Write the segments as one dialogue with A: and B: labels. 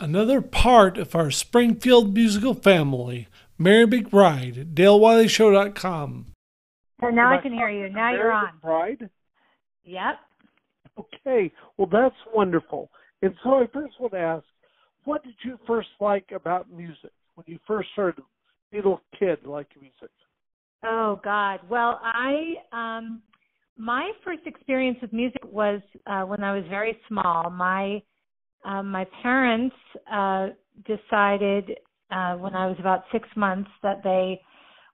A: Another part of our Springfield musical family, Mary McBride, DaleWileyShow.com.
B: So now
C: Am
B: I can hear you. Now
C: Mary
B: you're on.
C: McBride?
B: Yep.
C: Okay. Well, that's wonderful. And so I first want to ask, what did you first like about music when you first started little kid like music?
B: Oh God. Well, I um my first experience with music was uh when I was very small. My uh, my parents uh decided uh when I was about 6 months that they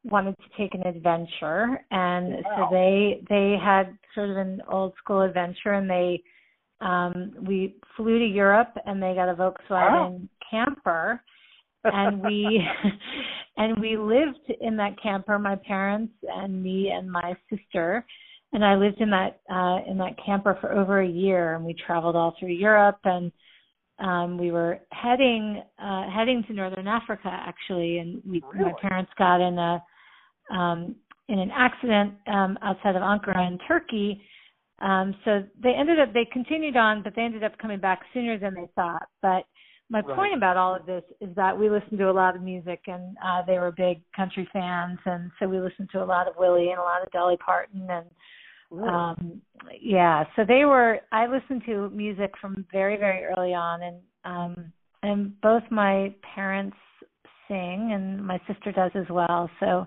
B: wanted to take an adventure and
C: Wow.
B: so they they had sort of an old school adventure and they um we flew to Europe and they got a Volkswagen camper and we and we lived in that camper my parents and me and my sister and i lived in that uh in that camper for over a year and we traveled all through europe and um we were heading uh heading to northern africa actually and we my
C: Really?
B: parents got in a um in an accident um outside of ankara in turkey um so they ended up they continued on but they ended up coming back sooner than they thought but my
C: Right.
B: point about all of this is that we listened to a lot of music and uh they were big country fans and so we listened to a lot of Willie and a lot of Dolly Parton and
C: Really?
B: um yeah so they were I listened to music from very very early on and um and both my parents sing and my sister does as well so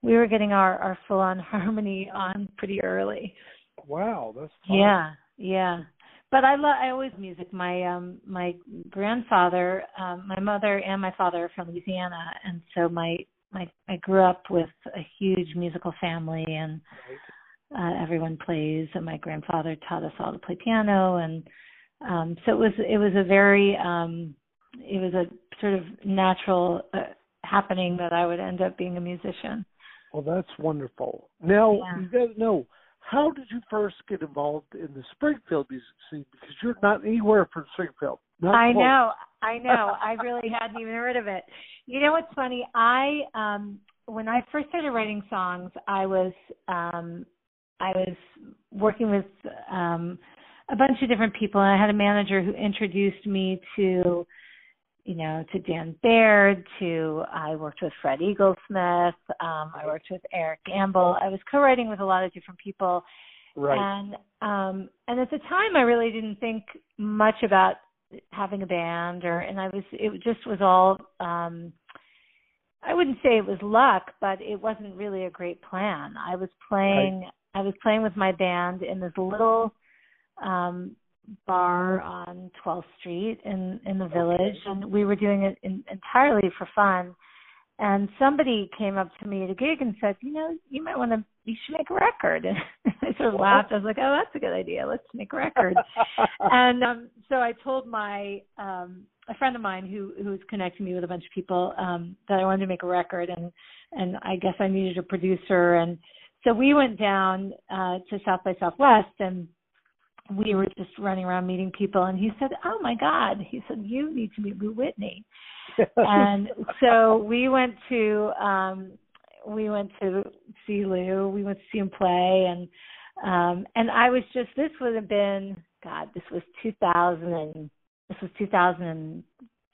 B: we were getting our our full on harmony on pretty early
C: wow, that's fun.
B: yeah, yeah. But I love I always music. My um my grandfather, um my mother and my father are from Louisiana and so my my I grew up with a huge musical family and
C: Right.
B: uh, everyone plays and my grandfather taught us all to play piano and um so it was it was a very um it was a sort of natural uh, happening that I would end up being a musician.
C: Well, that's wonderful. Now
B: Yeah.
C: you got to know how did you first get involved in the Springfield music scene because you're not anywhere from Springfield. Not
B: I
C: close.
B: know, I know. I really hadn't even heard of it. You know what's funny? I um when I first started writing songs, I was um I was working with um a bunch of different people and I had a manager who introduced me to you know, to Dan Baird, to I worked with Fred Eaglesmith, um, I worked with Eric Gamble. I was co writing with a lot of different people
C: Right.
B: and um and at the time I really didn't think much about having a band or and I was it just was all um I wouldn't say it was luck, but it wasn't really a great plan. I was playing I was playing with my band in this little um bar on 12th Street in in the village and we were doing it in, entirely for fun. And somebody came up to me at a gig and said, "You know, you might want to you should make a record." And I sort of laughed. I was like, "Oh, that's a good idea. Let's make a record." and um so I told my um a friend of mine who who was connecting me with a bunch of people um that I wanted to make a record and and I guess I needed a producer and so we went down uh to South by Southwest and we were just running around meeting people and he said, "Oh my god." He said, "You need to meet Lou Whitney." and so we went to um we went to see Lou, we went to see him play and um and I was just this would have been god, this was 2000 and this was 2000 and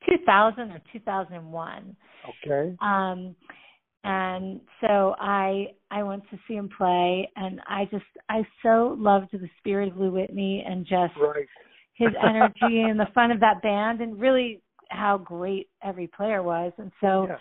B: 2000 or 2001.
C: okay.
B: Um and so I I went to see him play and I just I so loved the spirit of Lou Whitney and just
C: Right.
B: his energy and the fun of that band and really how great every player was and so
C: Yes.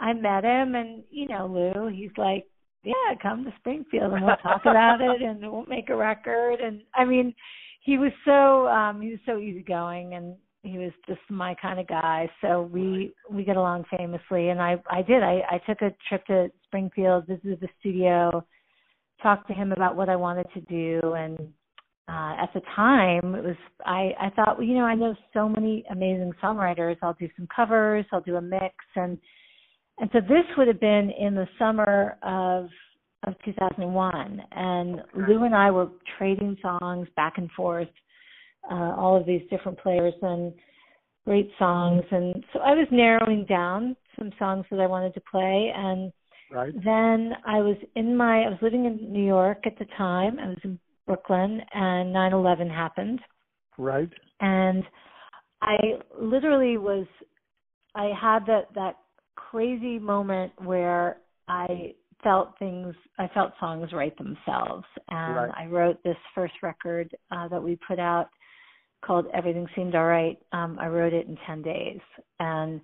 B: I met him and you know Lou, he's like, yeah, come to Springfield and we'll talk about it and we'll make a record and I mean, he was so um he was so easygoing and he was just my kind of guy. So we we get along famously and I I did. I I took a trip to Springfield, visited the studio, talked to him about what I wanted to do and uh at the time it was I I thought, well, you know, I know so many amazing songwriters. I'll do some covers, I'll do a mix and and so this would have been in the summer of of 2001, and Lou and I were trading songs back and forth, uh, all of these different players and great songs, and so I was narrowing down some songs that I wanted to play, and
C: Right.
B: then I was in my I was living in New York at the time, I was in Brooklyn, and 9/11 happened,
C: Right.
B: and I literally was I had that that crazy moment where I felt things I felt songs write themselves and
C: Right.
B: I wrote this first record uh that we put out called Everything Seemed All Right. Um I wrote it in 10 days and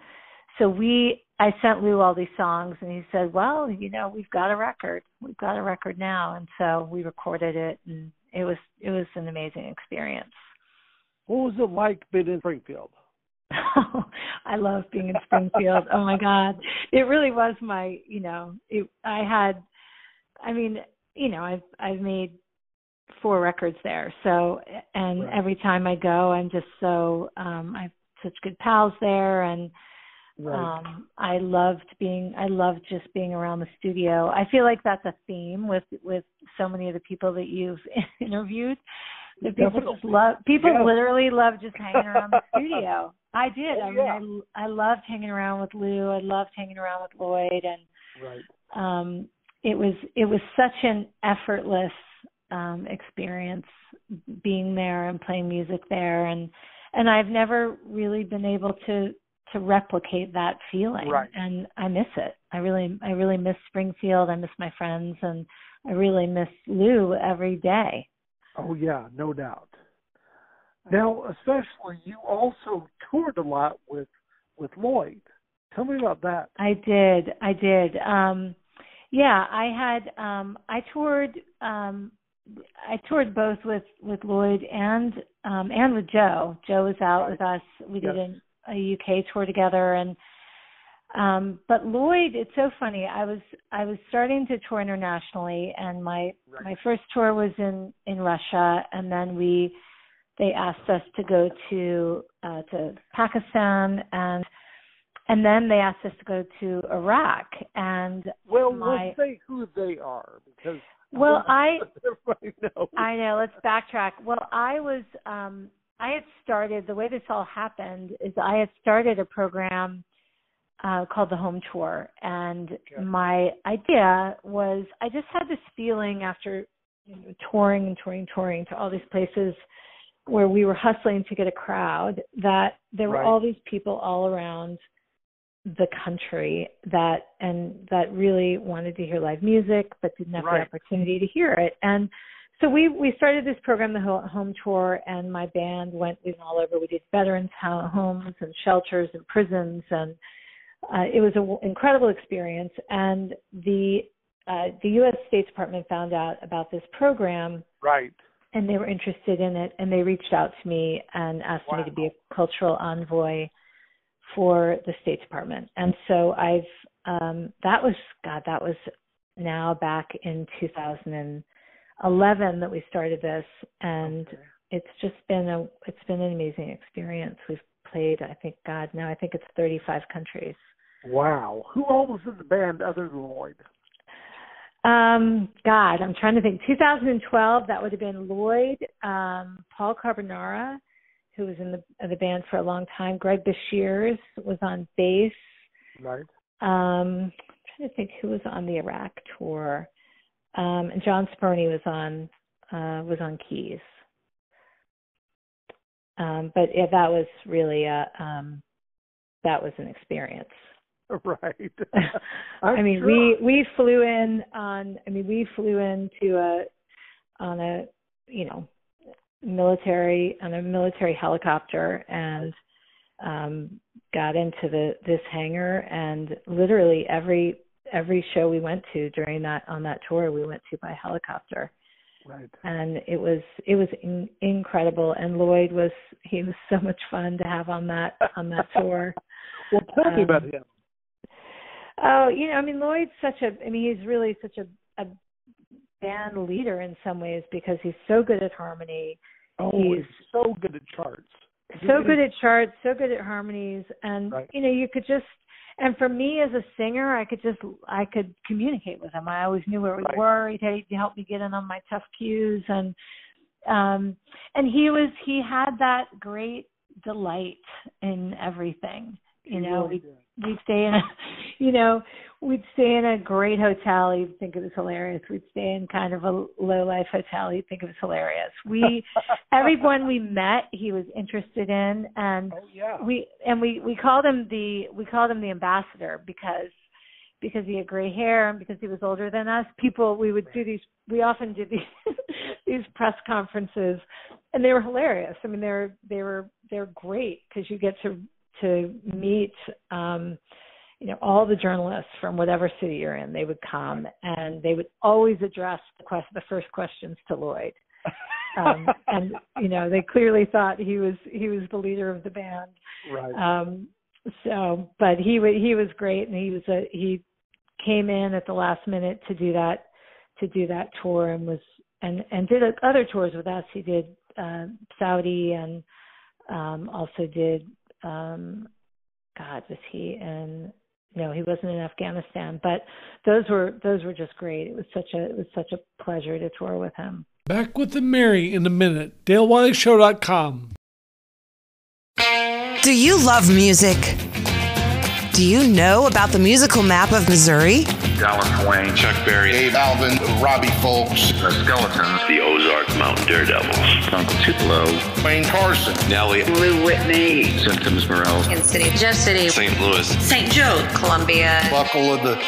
B: so we I sent Lou all these songs and he said, "Well, you know, we've got a record. We've got a record now." And so we recorded it and it was it was an amazing experience.
C: What was it like being in Springfield?
B: I love being in Springfield. oh my god. It really was my, you know, it I had I mean, you know, I've I've made four records there. So and
C: Right.
B: every time I go, I'm just so um I've such good pals there and um I loved being I loved just being around the studio. I feel like that's a theme with with so many of the people that you've interviewed. That people just
C: Definitely.
B: love people
C: Yes.
B: literally love just hanging around the studio. I did.
C: Oh,
B: I mean I I loved hanging around with Lou. I loved hanging around with Lloyd and
C: right.
B: um it was it was such an effortless um experience being there and playing music there and and I've never really been able to to replicate that feeling
C: Right.
B: and I miss it. I really I really miss Springfield, I miss my friends and I really miss Lou every day.
C: Oh yeah, no doubt. Now, especially you also toured a lot with with Lloyd. Tell me about that.
B: I did. I did. Um yeah, I had um I toured um I toured both with with Lloyd and um and with Joe. Joe was out
C: Right.
B: with us. We did
C: Yes.
B: an, a UK tour together and um but Lloyd, it's so funny. I was I was starting to tour internationally and my
C: Right.
B: my first tour was in in Russia and then we they asked us to go to uh to Pakistan and and then they asked us to go to Iraq and
C: Well,
B: my-
C: let's say who they are because
B: well I
C: everybody knows.
B: I know, let's backtrack. Well, I was um I had started the way this all happened is I had started a program uh called the Home Tour and
C: Okay.
B: my idea was I just had this feeling after you know, touring and touring touring to all these places where we were hustling to get a crowd that there were
C: Right.
B: all these people all around the country that and that really wanted to hear live music but didn't have
C: Right.
B: the opportunity to hear it and so we we started this program the Ho- home tour and my band went we went all over we did veterans ho- homes and shelters and prisons and uh, it was an incredible experience and the uh, the US State Department found out about this program
C: right.
B: and they were interested in it and they reached out to me and asked me to be a cultural envoy for the state department and so i've um that was god that was now back in 2011 that we started this and
C: Okay.
B: it's just been a it's been an amazing experience we've played i think god now i think it's 35 countries
C: Wow. Who all was in the band other than Lloyd?
B: Um, God, I'm trying to think. 2012, that would have been Lloyd, um, Paul Carbonara, who was in the uh, the band for a long time. Greg Bashirs was on bass.
C: Right.
B: Um, I'm trying to think who was on the Iraq tour. Um, and John Sperney was on uh, was on keys. Um, but yeah, that was really a um, that was an experience.
C: Right. I'm
B: I mean,
C: sure.
B: we we flew in on. I mean, we flew into a on a you know military on a military helicopter and um got into the this hangar and literally every every show we went to during that on that tour we went to by helicopter
C: Right.
B: and it was it was in, incredible and Lloyd was he was so much fun to have on that on that tour
C: Well, tell me about
B: Um,
C: him.
B: Oh, you know, I mean, Lloyd's such a. I mean, he's really such a a band leader in some ways because he's so good at harmony,
C: Oh,
B: he's-
C: so good at charts.
B: so
C: He
B: good
C: is-
B: at charts, so good at harmonies, and
C: Right.
B: you know, you could just. And for me as a singer, I could just I could communicate with him. I always knew where we
C: Right.
B: were. He'd, he'd help me get in on my tough cues, and um, and he was he had that great delight in everything. You
C: he
B: know,
C: really
B: we
C: did.
B: we'd stay in a you know, we'd stay in a great hotel, you'd think it was hilarious. We'd stay in kind of a low life hotel, you'd think it was hilarious. We everyone we met he was interested in and
C: Oh yeah.
B: we and we we called him the we called him the ambassador because because he had gray hair and because he was older than us people we would do these we often did these these press conferences and they were hilarious i mean they were they were they're great because you get to to meet um you know all the journalists from whatever city you're in they would come and they would always address the quest the first questions to lloyd um, and you know they clearly thought he was he was the leader of the band
C: right.
B: um so but he wa he was great and he was a he came in at the last minute to do that to do that tour and was and and did other tours with us he did uh saudi and um also did um god was he in no he wasn't in afghanistan but those were those were just great it was such a it was such a pleasure to tour with him
A: Back with the Mary in a minute. DaleWileyShow.com.
D: Do you love music? Do you know about the musical map of Missouri?
E: Dallas Wayne,
F: Chuck Berry,
G: Dave Alvin, Robbie Folks,
E: the Skeletons,
H: the Ozark Mountain Daredevils.
E: Uncle Tupelo,
G: Wayne Carson,
F: Nelly,
I: Lou Whitney,
E: Symptoms Morel,
J: Kansas City, Jeff City,
F: St. Louis,
J: St. Joe, Columbia,
G: Buckle of the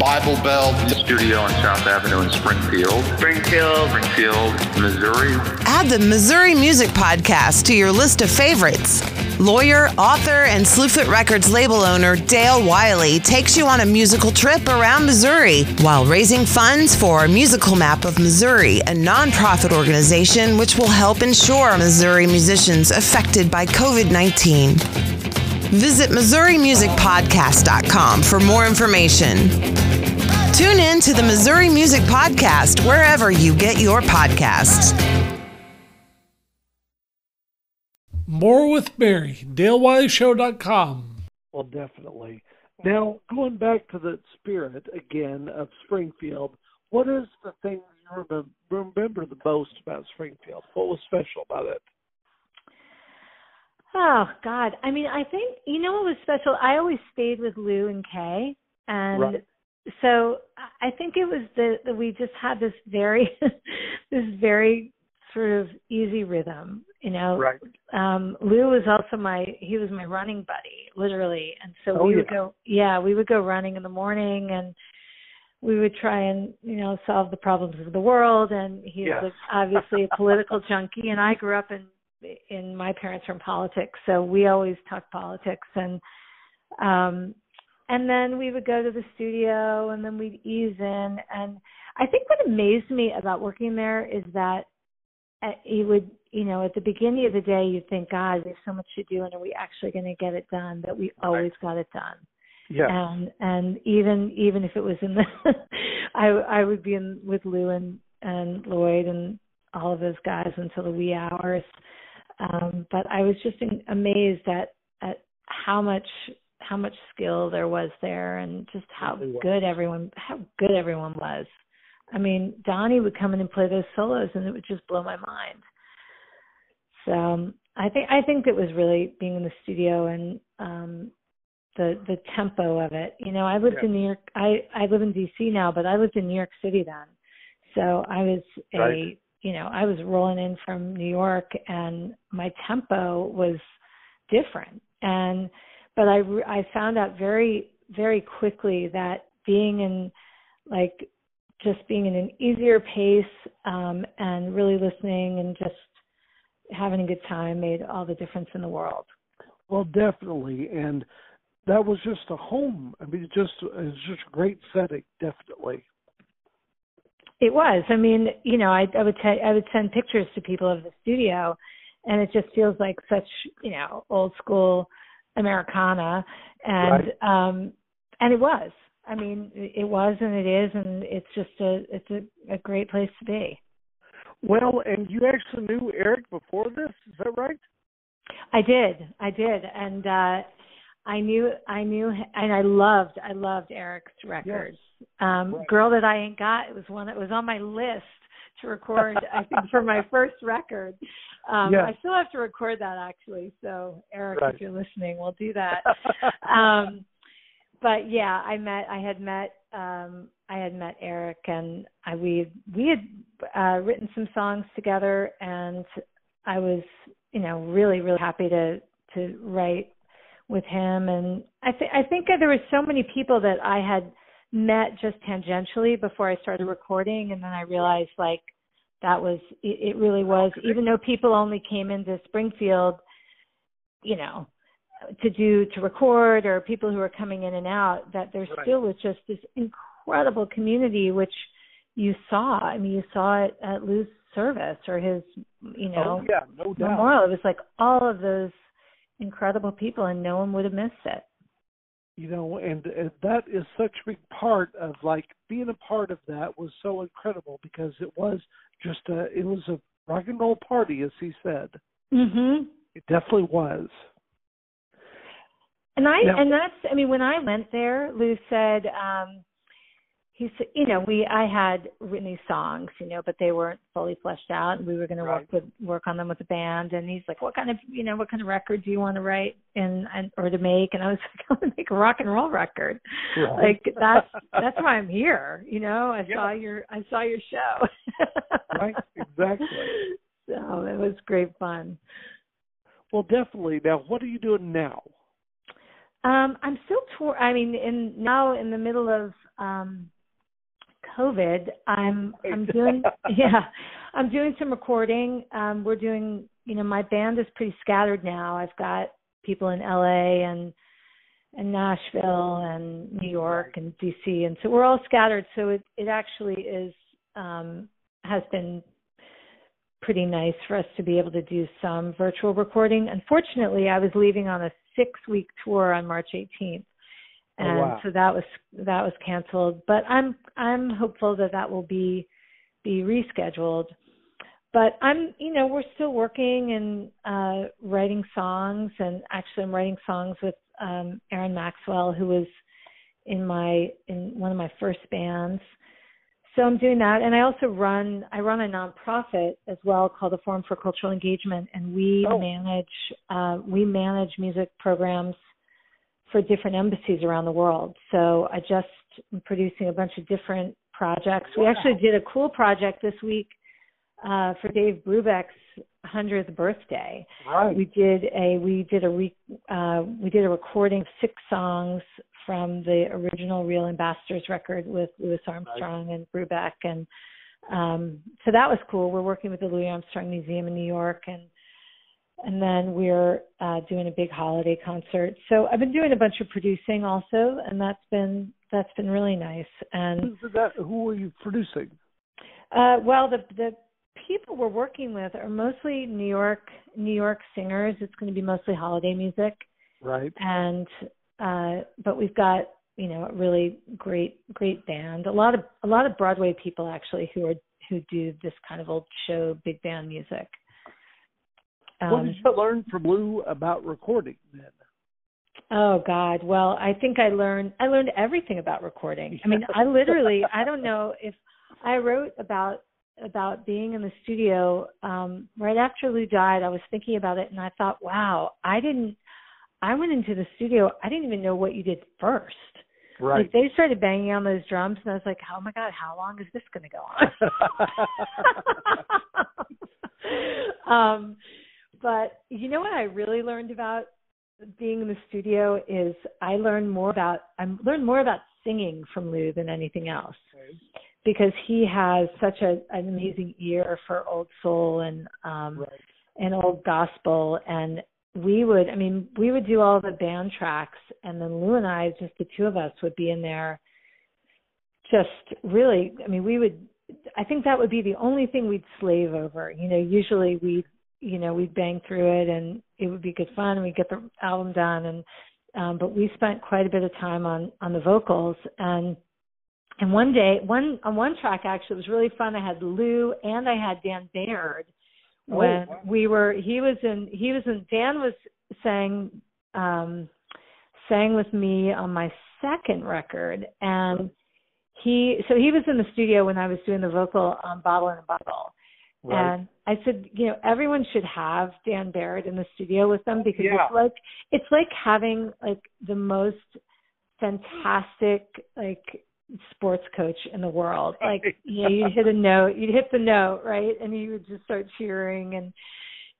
G: Bible Belt,
E: Studio on South Avenue in Springfield,
I: Springfield,
E: Springfield, Missouri.
D: Add the Missouri Music Podcast to your list of favorites. Lawyer, author, and Slewfoot Records label owner Dale Wiley takes you on a musical trip around Missouri while raising funds for Musical Map of Missouri, a nonprofit organization which will help ensure Missouri musicians affected by COVID 19. Visit MissouriMusicPodcast.com for more information. Tune in to the Missouri Music Podcast wherever you get your podcasts.
A: More with Mary. DaleWileyShow.com.
C: Well, definitely. Now, going back to the spirit again of Springfield, what is the thing you remem- remember the most about Springfield? What was special about it?
B: Oh God! I mean, I think you know what was special. I always stayed with Lou and Kay, and
C: Right.
B: so I I think it was the that we just had this very, this very sort of easy rhythm. You know,
C: Right.
B: um Lou was also my he was my running buddy, literally, and so
C: Oh,
B: we would
C: yeah.
B: go yeah we would go running in the morning and we would try and you know solve the problems of the world and he
C: Yes.
B: was obviously a political junkie and i grew up in in my parents were in politics so we always talked politics and um and then we would go to the studio and then we'd ease in and i think what amazed me about working there is that uh, it would you know at the beginning of the day you'd think god there's so much to do and are we actually going to get it done but we always got it done
C: Yeah.
B: and Um, and even even if it was in the i i would be in with lou and and lloyd and all of those guys until the wee hours um but i was just in, amazed at at how much how much skill there was there and just how
C: Really was.
B: good everyone how good everyone was i mean donnie would come in and play those solos and it would just blow my mind so um, i think i think it was really being in the studio and um the the tempo of it. You know, I lived
C: Yeah.
B: in New York. I I live in D.C. now, but I lived in New York City then, so I was a
C: Right.
B: you know I was rolling in from New York, and my tempo was different. And but I re- I found out very very quickly that being in like just being in an easier pace um and really listening and just having a good time made all the difference in the world.
C: Well, definitely. And that was just a home. I mean, it just it's just a great setting, definitely.
B: It was. I mean, you know, I, I would t- I would send pictures to people of the studio, and it just feels like such you know old school Americana, and um, and it was. I mean, it it was and it is, and it's just a it's a, a great place to be.
C: Well, and you actually knew Eric before this, is that right?
B: I did, I did, and uh, I knew I knew, and I loved I loved Eric's records. um
C: Right.
B: girl that i ain't got it was one that was on my list to record i think for my first record um
C: Yes.
B: i still have to record that actually so eric
C: Right.
B: if you're listening we'll do that um but yeah, I met I had met um I had met Eric and I we we had uh written some songs together and I was, you know, really really happy to to write with him and I think I think there were so many people that I had met just tangentially before I
C: Mm-hmm.
B: started recording and then I realized like that was it, it really was even though people only came into Springfield, you know, to do to record or people who are coming in and out that there
C: Right.
B: still was just this incredible community which you saw i mean you saw it at lou's service or his you know
C: Oh, yeah, no doubt.
B: memorial it was like all of those incredible people and no one would have missed it
C: you know and, and that is such a big part of like being a part of that was so incredible because it was just a it was a rock and roll party as he said
B: mhm
C: it definitely was
B: And I
C: Now-
B: and that's I mean when I went there, Lou said um he said you know we I had written these songs you know but they weren't fully fleshed out and we were going
C: Right.
B: to work with work on them with the band and he's like what kind of you know what kind of record do you want to write and, and or to make and I was like I want to make a rock and roll record
C: Right.
B: like that's that's why I'm here you know I
C: Yeah.
B: saw your I saw your show
C: right exactly
B: so it was great fun
C: well definitely now what are you doing now
B: Um, I'm still tour. I mean, in now in the middle of um, COVID, I'm I'm doing yeah, I'm doing some recording. Um, we're doing you know my band is pretty scattered now. I've got people in LA and and Nashville and New York and DC, and so we're all scattered. So it it actually is um, has been pretty nice for us to be able to do some virtual recording. Unfortunately, I was leaving on a six week tour on March 18th,
C: Oh,
B: and
C: wow.
B: so that was that was canceled. But I'm I'm hopeful that that will be be rescheduled. But I'm you know we're still working and uh, writing songs, and actually I'm writing songs with um, Aaron Maxwell, who was in my in one of my first bands so I'm doing that, and I also run I run a nonprofit as well called the Forum for Cultural Engagement, and we
C: Oh.
B: manage uh, we manage music programs for different embassies around the world. So I just am producing a bunch of different projects. We actually did a cool project this week uh, for Dave Brubeck's hundredth birthday
C: right
B: we did a we did a re, uh, we did a recording of six songs from the original Real Ambassadors record with Louis Armstrong and Brubeck, and um, so that was cool. We're working with the Louis Armstrong Museum in New York, and and then we're uh, doing a big holiday concert. So I've been doing a bunch of producing also, and that's been that's been really nice. And
C: Who's that, who are you producing
B: uh, well, the the people we're working with are mostly New York New York singers. It's going to be mostly holiday music,
C: right
B: and uh, but we've got you know a really great great band. A lot of a lot of Broadway people actually who are who do this kind of old show big band music. Um,
C: what did you learn from lou about recording then
B: Oh God. Well, I think I learned I learned everything about recording. I mean, I literally I don't know if I wrote about about being in the studio um right after Lou died. I was thinking about it and I thought, "Wow, I didn't I went into the studio. I didn't even know what you did first.
C: right
B: Like they started banging on those drums and I was like, "Oh my god, how long is this going to go on?" um, but you know what I really learned about being in the studio is I learned more about I learned more about singing from Lou than anything else because he has such a, an amazing ear for old soul and um
C: right
B: and old gospel and we would i mean we would do all the band tracks and then lou and i just the two of us would be in there just really i mean we would i think that would be the only thing we'd slave over you know usually we you know we'd bang through it and it would be good fun and we'd get the album done and um but we spent quite a bit of time on on the vocals and and one day one on one track actually it was really fun i had lou and i had dan baird
C: Oh,
B: when
C: wow.
B: we were he was in he was in dan was sang um sang with me on my second record and he so he was in the studio when i was doing the vocal um, on bottle in a bottle
C: right
B: and I said, you know, everyone should have Dan Barrett in the studio with them because
C: Yeah.
B: it's like it's like having like the most fantastic like sports coach in the world. Like you know, you'd hit a note, you'd hit the note, right? And you would just start cheering and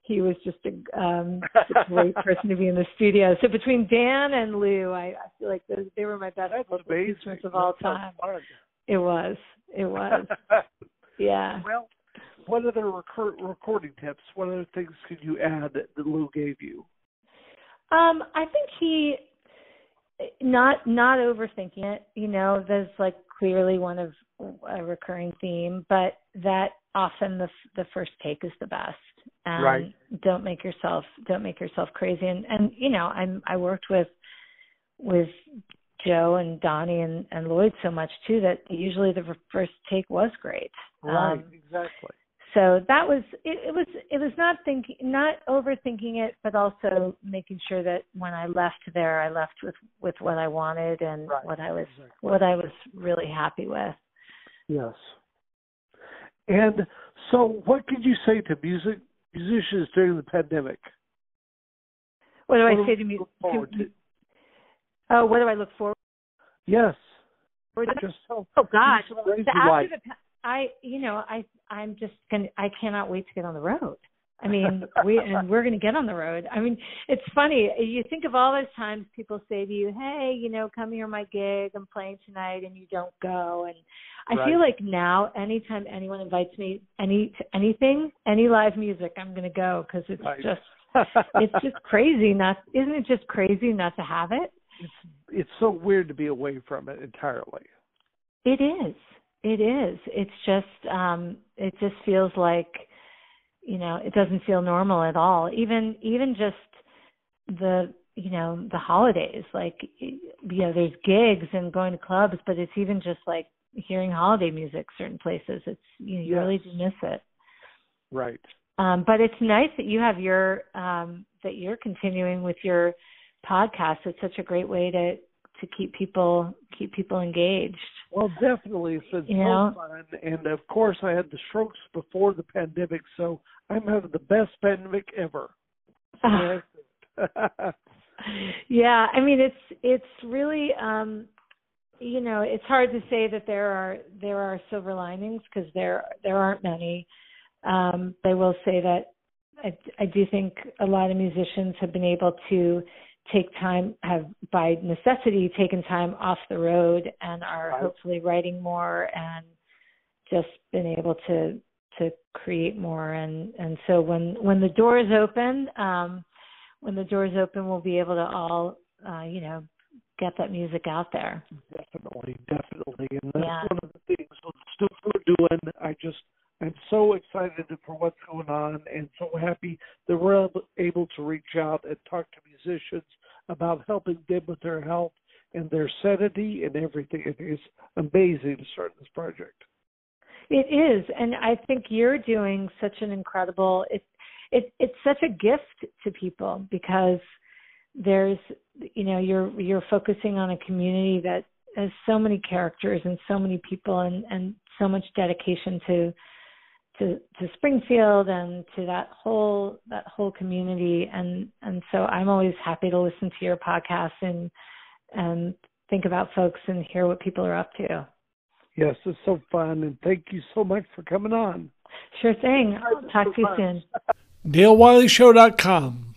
B: he was just a um just a great person to be in the studio. So between Dan and Lou, I, I feel like those they were my best
C: That's
B: vocal
C: amazing.
B: students of all
C: That sounds
B: time.
C: fun.
B: It was. It was. Yeah.
C: well, what other recor- recording tips? What other things could you add that, that Lou gave you?
B: Um, I think he not not overthinking it. You know, there's like clearly one of a recurring theme, but that often the f- the first take is the best. And
C: Right.
B: Don't make yourself don't make yourself crazy. And and you know, I'm I worked with with Joe and Donnie and and Lloyd so much too that usually the first take was great.
C: Right,
B: Um,
C: exactly.
B: so that was it, it was it was not thinking not overthinking it but also making sure that when i left there i left with with what i wanted and
C: Right,
B: what i was
C: exactly.
B: what i was really happy with
C: Yes. And so, what could you say to music musicians during the pandemic?
B: what do
C: What
B: i
C: do
B: say
C: we
B: to me
C: look forward to?
B: oh what do i look forward
C: Yes.
B: to
C: Just tell
B: oh god
C: some of the things
B: the,
C: you like.
B: after the, pa- i you know i i'm just gonna i cannot wait to get on the road i mean we and we're going to get on the road i mean it's funny you think of all those times people say to you hey you know come hear my gig i'm playing tonight and you don't go and i feel like now anytime anyone invites me any to anything any live music i'm going to go because it's
C: Right.
B: just it's just crazy not isn't it just crazy not to have it
C: it's so weird to be away from it entirely.
B: It is. It is. It's just um it just feels like you know, it doesn't feel normal at all. Even even just the you know, the holidays, like you know, there's gigs and going to clubs, but it's even just like hearing holiday music certain places. It's you know, you really do miss it.
C: Right.
B: Um, but it's nice that you have your um, that you're continuing with your podcast. It's such a great way to to keep people keep people engaged.
C: Well, definitely, it's been
B: Yeah.
C: so fun, and of course, I had the strokes before the pandemic, so I'm having the best pandemic ever.
B: yeah i mean it's it's really um you know it's hard to say that there are there are silver linings because there there aren't many um i will say that i i do think a lot of musicians have been able to take time have by necessity taken time off the road and are
C: Right.
B: hopefully writing more and just been able to to create more and and so when when the doors open um when the doors open we'll be able to all uh you know get that music out there
C: definitely, definitely, and that's
B: Yeah.
C: one of the things with stuff we're doing. I just, I'm so excited for what's going on, and so happy that we're ab- able to reach out and talk to musicians about helping them with their health and their sanity and everything. It is amazing to start this project.
B: it is and i think you're doing such an incredible it it it's such a gift to people because there's you know you're you're focusing on a community that has so many characters and so many people and and so much dedication to to to Springfield and to that whole that whole community and and so I'm always happy to listen to your podcast and and think about folks and hear what people are up to.
C: Yes, it's so fun, and thank you so much for coming on.
B: Sure thing. I'll talk to you soon.
A: DaleWileyShow.com.